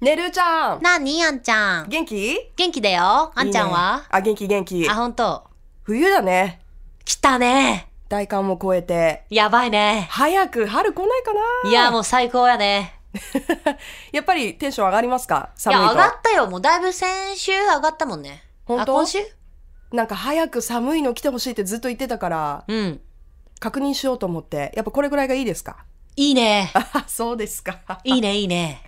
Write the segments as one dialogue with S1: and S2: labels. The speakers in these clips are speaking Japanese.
S1: ねるちゃん
S2: なあにあんちゃん
S1: 元気
S2: 元気だよあんちゃん
S1: いいね
S2: は
S1: あ元気元気
S2: あほんと
S1: 冬だね
S2: 来たね
S1: 大寒も超えて
S2: やばいね
S1: 早く春来ないかない
S2: いやもう最高やね
S1: やっぱりテンション上がりますか
S2: い
S1: 寒い
S2: や
S1: と
S2: 上がったよもうだいぶ先週上がったもんね
S1: ほん
S2: あ
S1: と
S2: 今週
S1: なんか早く寒いの来てほしいってずっと言ってたから
S2: うん
S1: 確認しようと思ってやっぱこれぐらいがいいですか
S2: いいね
S1: あそうですか
S2: いいねいいね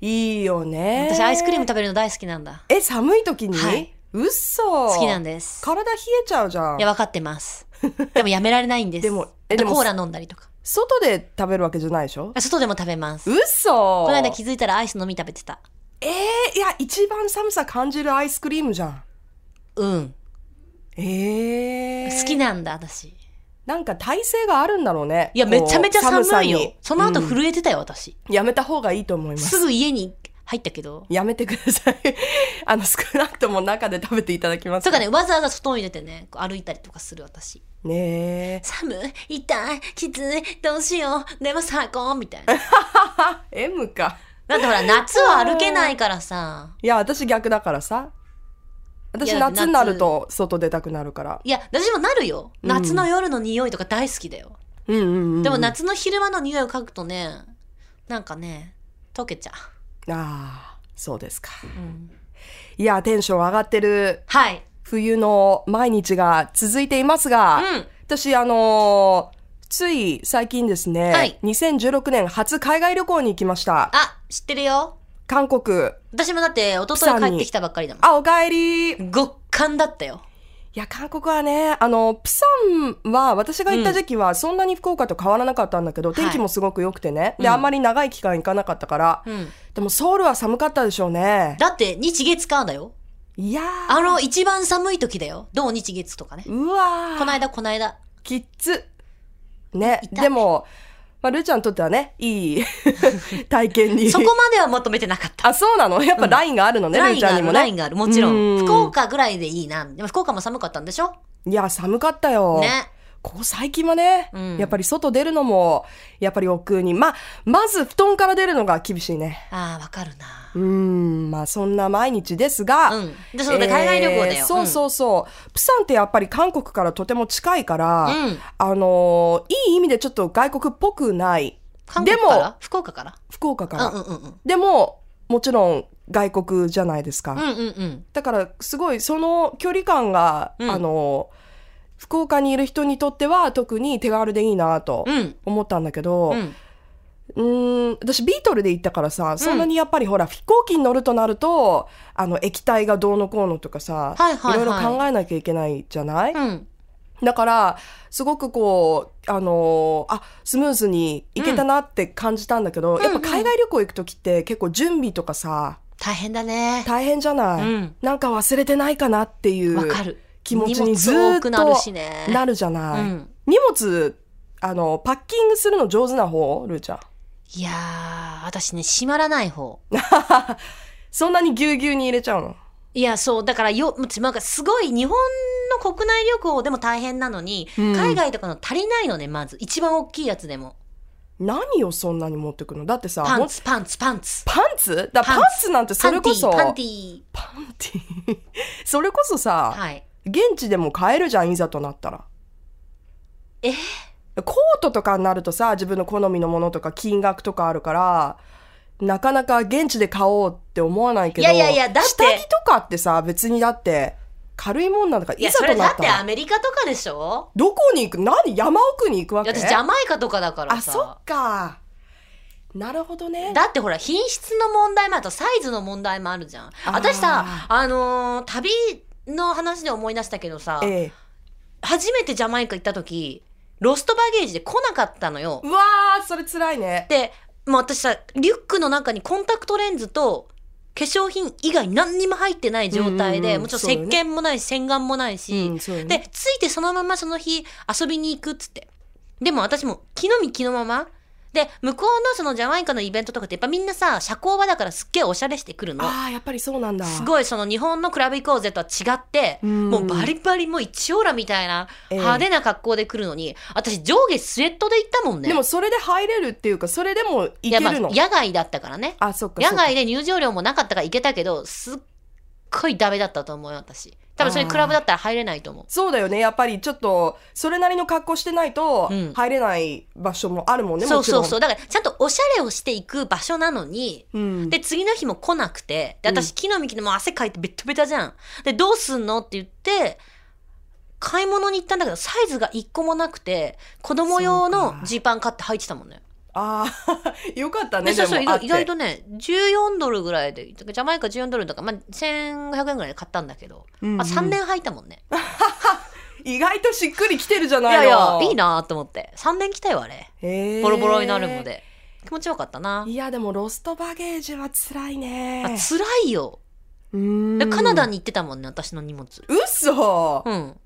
S1: いいよね
S2: 私アイスクリーム食べるの大好きなんだ
S1: え寒い時に、
S2: はい
S1: 嘘
S2: 好きなん
S1: だ
S2: です
S1: 体冷えちゃうじゃん
S2: いや分かってますでもやめられないんです
S1: でもえ
S2: あと
S1: でも
S2: コーラ飲んだりとか
S1: 外で食べるわけじゃないでしょ
S2: あ外でも食べます
S1: 嘘
S2: こ
S1: こ
S2: の間気づいたらアイスのみ食べてた
S1: えー、いや一番寒さ感じるアイスクリームじゃん
S2: うん
S1: えー、
S2: 好きなんだ私
S1: なんか体勢があるんだろうね
S2: いやめちゃめちゃ
S1: こう
S2: 寒いよ
S1: に
S2: その後
S1: うん
S2: 震えてたよ私
S1: やめた方がいいと思いますす
S2: ぐ家に入ったけど
S1: やめてください あの少なくとも中で食べていただきます
S2: とかねわざわざ外に出てねこう歩いたりとかする私
S1: ね
S2: 寒い痛いきついどうしようでも最高み たいな
S1: え M か
S2: だってほら夏は歩けないからさ
S1: いや私逆だからさ
S2: い
S1: 私
S2: や
S1: 夏になると外出たくなるから
S2: いや私もなるよ
S1: うん
S2: 夏の夜の匂いとか大好きだよ、
S1: うんうん、うん、
S2: でも夏の昼間の匂いを嗅ぐとねなんかね溶けちゃ
S1: ああそうですか
S2: う、うん、
S1: いやテンション上がってる
S2: はい
S1: 冬の毎日が続いていますが、
S2: うん
S1: 私あのーつい最近ですね、
S2: はい
S1: 2016年初海外旅行に行きました
S2: あ知ってるよ
S1: 韓国
S2: 私もだって一
S1: プサ
S2: 昨
S1: ンに
S2: 日帰ってきたばっかりだも
S1: あおかえりい
S2: ん極寒だったよ
S1: や韓国はねあのプサンは私が行った時期はそんなに福岡と変わらなかったんだけど、
S2: い
S1: 天気もすごく良くてね、
S2: う
S1: で
S2: ん
S1: あんまり長い期間行かなかったから、
S2: うん
S1: でもソウルは寒かったでしょうね
S2: だって日月火だよ
S1: いやー
S2: あの一番寒い時だよ土日月とかね
S1: うわー
S2: この間この間
S1: きっつね
S2: 痛い
S1: でも、まあ、ルーちゃんにとってはね いい体験に
S2: そこまでは求めてなかった。
S1: あそうなのやっぱラインがあるのね、
S2: ラ
S1: ル
S2: イ
S1: ー
S2: ン
S1: ち
S2: が
S1: ゃん
S2: あ
S1: にも
S2: る、
S1: ね
S2: ラインがある。もちろ
S1: うん
S2: ん。福岡ぐらいでいいな。でも福岡も寒かったんでしょ
S1: いや寒かったよ、
S2: ね。
S1: ここ最近はね、
S2: うん
S1: やっぱり外出るのもやっぱり億劫にまあまず布団から出るのが厳しいね
S2: ああ、わかる
S1: うーんまあそんな毎日ですが、
S2: な。うん。で、そうだ、海外旅行だ
S1: えー
S2: よ。
S1: そうそうそう、プサンってやっぱり韓国からとても近いから、
S2: うん。うん。
S1: あのーいい意味でちょっと外国っぽくない
S2: 韓国か
S1: でも
S2: ら福岡から
S1: 福岡から、
S2: うんうんうん
S1: でももちろん外国じゃないですか、
S2: うん。うんうんうん。
S1: だからすごいその距離感が、
S2: うん
S1: あの福岡にいる人にとっては特に手軽でいいなと
S2: うん。
S1: 思ったんだけど、
S2: うん。
S1: うーん私ビートルで行ったからさそんなにやっぱりほら飛行機に乗るとなるとあの液体がどうのこうのとかさ、
S2: はいはいはい
S1: ろいろ考えなきゃいけないじゃない、
S2: うん。
S1: だからすごくこうあのーあスムーズに行けたなって感じたんだけど、
S2: うん
S1: やっぱ海外旅行行く時って結構準備とかさ
S2: 大変だね。
S1: 大変じゃ
S2: う
S1: ない、
S2: ん。
S1: なんか忘れてないかなっていう
S2: わかる。
S1: 気持ちにず
S2: 荷物
S1: ー
S2: 多
S1: っと
S2: くなるしね。
S1: なるじゃ
S2: う
S1: ない、
S2: ん。
S1: 荷物あのパッキングするの上手な方ルーちゃん
S2: いやー、私ね、閉まらない方。
S1: そんなにぎゅうぎゅうに入れちゃうの
S2: いや、そう、だからよ、なんかすごい日本の国内旅行でも大変なのに、
S1: うん
S2: 海外とかの足りないのね、まず。一番大きいやつでも。
S1: 何をそんなに持ってくのだってさ
S2: パ
S1: ほ
S2: ン
S1: ん
S2: ツ、パンツ、パンツ。
S1: パンツだ
S2: パン
S1: パンツなんてそ
S2: パ
S1: れ
S2: ンテ
S1: こ
S2: ィー、
S1: そ
S2: パンティー。
S1: パンティ それこそさ、
S2: はい。
S1: 現地でも買えるじゃんいざとなったら
S2: え
S1: コートとかになるとさ自分の好みのものとか金額とかあるからなかなか現地で買おうって思わないけど
S2: いやいやいやだって
S1: 下着とかってさ別にだって軽いもんなんだから
S2: い
S1: い
S2: や、
S1: ざ
S2: そ
S1: と
S2: れ
S1: な
S2: だ
S1: っ
S2: ったてア
S1: ら
S2: メリカとかでしょ
S1: どこに行く何山奥に行くわ
S2: い
S1: け
S2: や私、ジャマイカとかだから
S1: あそっ
S2: さ。
S1: かなるほどね
S2: だってほら、品質の問題もあとサイズの問題もあるじゃん。
S1: ー
S2: 私さ、あのー旅の話で思い出したけどさ、
S1: ええ
S2: 初めてジャマイカ行った時、ロストバゲージで来なかったのよ。
S1: うわーそれつらいね
S2: で、もう私さ、リュックの中にコンタクトレンズと、化粧品以外何にも入ってない状態
S1: うんうん
S2: で、
S1: うん
S2: もちろん
S1: そう
S2: 石
S1: よね
S2: 鹸もないし、洗顔もないし、
S1: うんそうよね
S2: で、ついてそのままその日遊びに行くっつって。でも私も、気のみ気のまま、で、向こうのそのジャマイカのイベントとかってやっぱみんなさ、社交場だからすっげえおしゃれしてくるの。
S1: ああやっぱりそうなんだ
S2: すごいその日本のクラブ行こうぜとは違って、
S1: うん
S2: もうバリバリもう一オーラみたいな
S1: ええ
S2: 派手な格好で来るのに、私上下スウェットで行ったもんね。
S1: でもそれで入れるっていうかそれでもい
S2: い
S1: け
S2: やまあ
S1: るの
S2: 野外だったからね。
S1: あそっかそっ
S2: 野
S1: か
S2: 外で入場料もなかったから行けたけど、すっごいダメだったと思うよ、私。多分それクラブだったら入れないと思う。
S1: そうだよねやっぱりちょっとそれなりの格好してないと
S2: うん
S1: 入れない場所もあるもんね、
S2: そ
S1: も
S2: う
S1: ちろ
S2: そ
S1: ん
S2: うそう。だからちゃんとおしゃれをしていく場所なのに、
S1: うん、
S2: で、次の日も来なくて、で、私、木の幹でもう汗かいてベッタベタじゃん。で、どうすんのって言って、買い物に行ったんだけど、サイズが一個もなくて、子供用
S1: そう
S2: の
S1: か
S2: ジーパン買って履いてたもんね。
S1: ああ よかったね
S2: で、そうそう、
S1: で
S2: 意
S1: もあっ
S2: 外
S1: て
S2: 意外とね、14ドルぐらいで、ジャマイカ14ドルだから、まあ、1500円ぐらいで買ったんだけど、
S1: うんうん
S2: あ3年履いたもんね。
S1: 意外としっくりきてるじゃ
S2: い
S1: ない
S2: や
S1: の
S2: いや、いいなと思って。3年着たよ、あれ。
S1: へー
S2: ボロボロになるので。気持ちよかったな。
S1: いやでもロストバゲージは辛いね
S2: あ辛いよ。
S1: う
S2: で
S1: ん
S2: カナダに行ってたもんね、私の荷物。
S1: 嘘
S2: うん。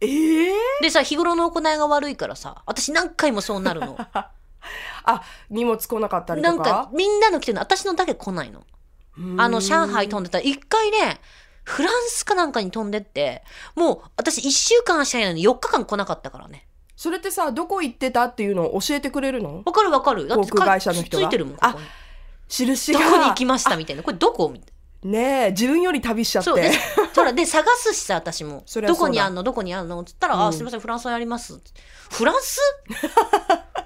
S1: ええ
S2: でさ日頃の行いが悪いからさ私何回もそうな るの
S1: あ荷物来なかったり
S2: な
S1: と
S2: んか
S1: か
S2: みんなの来てるの私のだけ来ないのあの上海飛んでた一回ねフランスかなんかに飛んでってもう私1週間しかいないのに4日間来なかったからね
S1: それってさどこ行ってたっていうのを教えてくれるの
S2: わかるわかるだって
S1: 航空会社の
S2: つ
S1: 人
S2: つ
S1: が
S2: いてるもんこ
S1: あ
S2: こに
S1: 印
S2: ど
S1: が
S2: こに行きましたみたいなこれどこみたい
S1: ねえ自分より旅しちゃっ
S2: なそうで
S1: て
S2: ほらで探すしさ私も
S1: そりゃそ
S2: ど
S1: うだ
S2: こにあんのどこにあんのつったら「
S1: う
S2: あ
S1: ん
S2: すいませんフランスにあります」フランス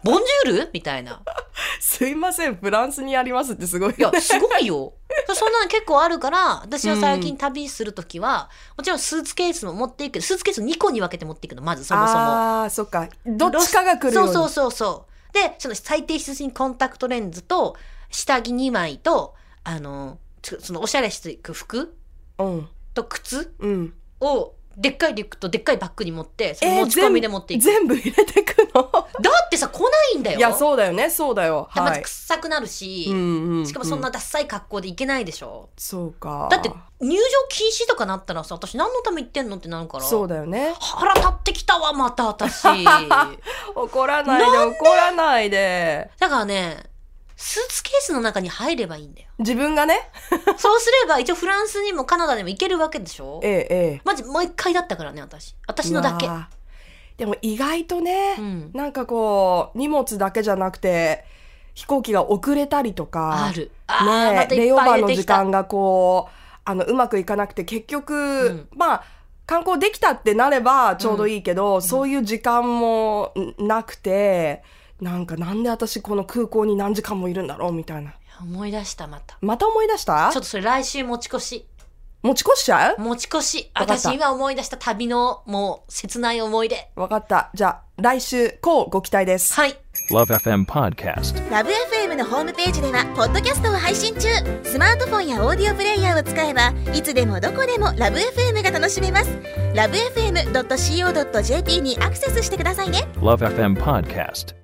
S2: ボンジュール?」みたいな
S1: すいませんフランスにありますってすごい
S2: いや
S1: よ、ね
S2: すごいよ。そんなの結構あるから、私は最近旅するときは、もちろんスーツケースも持っていくけど、スーツケース2個に分けて持っていくの、まずそもそも。
S1: ああそっかどっちかが来るように
S2: そうそうそうそう。で、その最低必需品コンタクトレンズと、下着2枚と、あの、つそのおしゃれしていく服
S1: うん
S2: と靴
S1: うん
S2: を、でっかいリュックとでっかいバッグに持って、その
S1: えー
S2: 持ち込みで持っていく。
S1: 全部全部入れてくの
S2: だってさ、来ないんだよ。
S1: いやそうだよねそうだよ
S2: ま
S1: は
S2: ず
S1: い、
S2: 臭くなるし、
S1: うんう
S2: しかもそんなダッサい格好で行けないでしょ。
S1: そうか
S2: だって入場禁止とかなったらさ私何のために行ってんのってなるから
S1: そうだよ ね
S2: 腹立ってきたわまた 私だ
S1: 怒らないで怒らないで
S2: からねスーツケースの中に入ればいいんだよ
S1: 自分がね
S2: そうすれば一応フランスにもカナダでも行けるわけでしょ
S1: ええええ
S2: マジもう一回だったからね私私のだけ
S1: うわーでも意外とね、
S2: うん
S1: なんかこう荷物だけじゃなくて飛行機が遅れたりとか
S2: あるあー
S1: ね
S2: ま、たい
S1: レ
S2: っ
S1: オ
S2: ぱ
S1: バー
S2: い出
S1: の
S2: て
S1: 時
S2: きた
S1: 間がこうあのうまくいかなくて結局、
S2: ん
S1: まあ観光できたってなればちょうどいいけど、そういう時間もんなくてなんかなんで私この空港に何時間もいるんだろうみたいな
S2: 思い出したまた
S1: また思い出した
S2: ちょっとそれ来週持ち越し
S1: 持ち越しちゃう
S2: 持ち越し
S1: わかった
S2: 私今思い出した旅のもう切ない思い出
S1: わかったじゃあ来週こうご期待です
S2: はい
S3: Love FM Podcast.
S4: ラブ f m のホームページではポッドキャストを配信中スマートフォンやオーディオプレイヤーを使えばいつでもどこでもラブ f m が楽しめますラブ FM.co.jp にアクセスしてくださいね
S3: Love FM Podcast.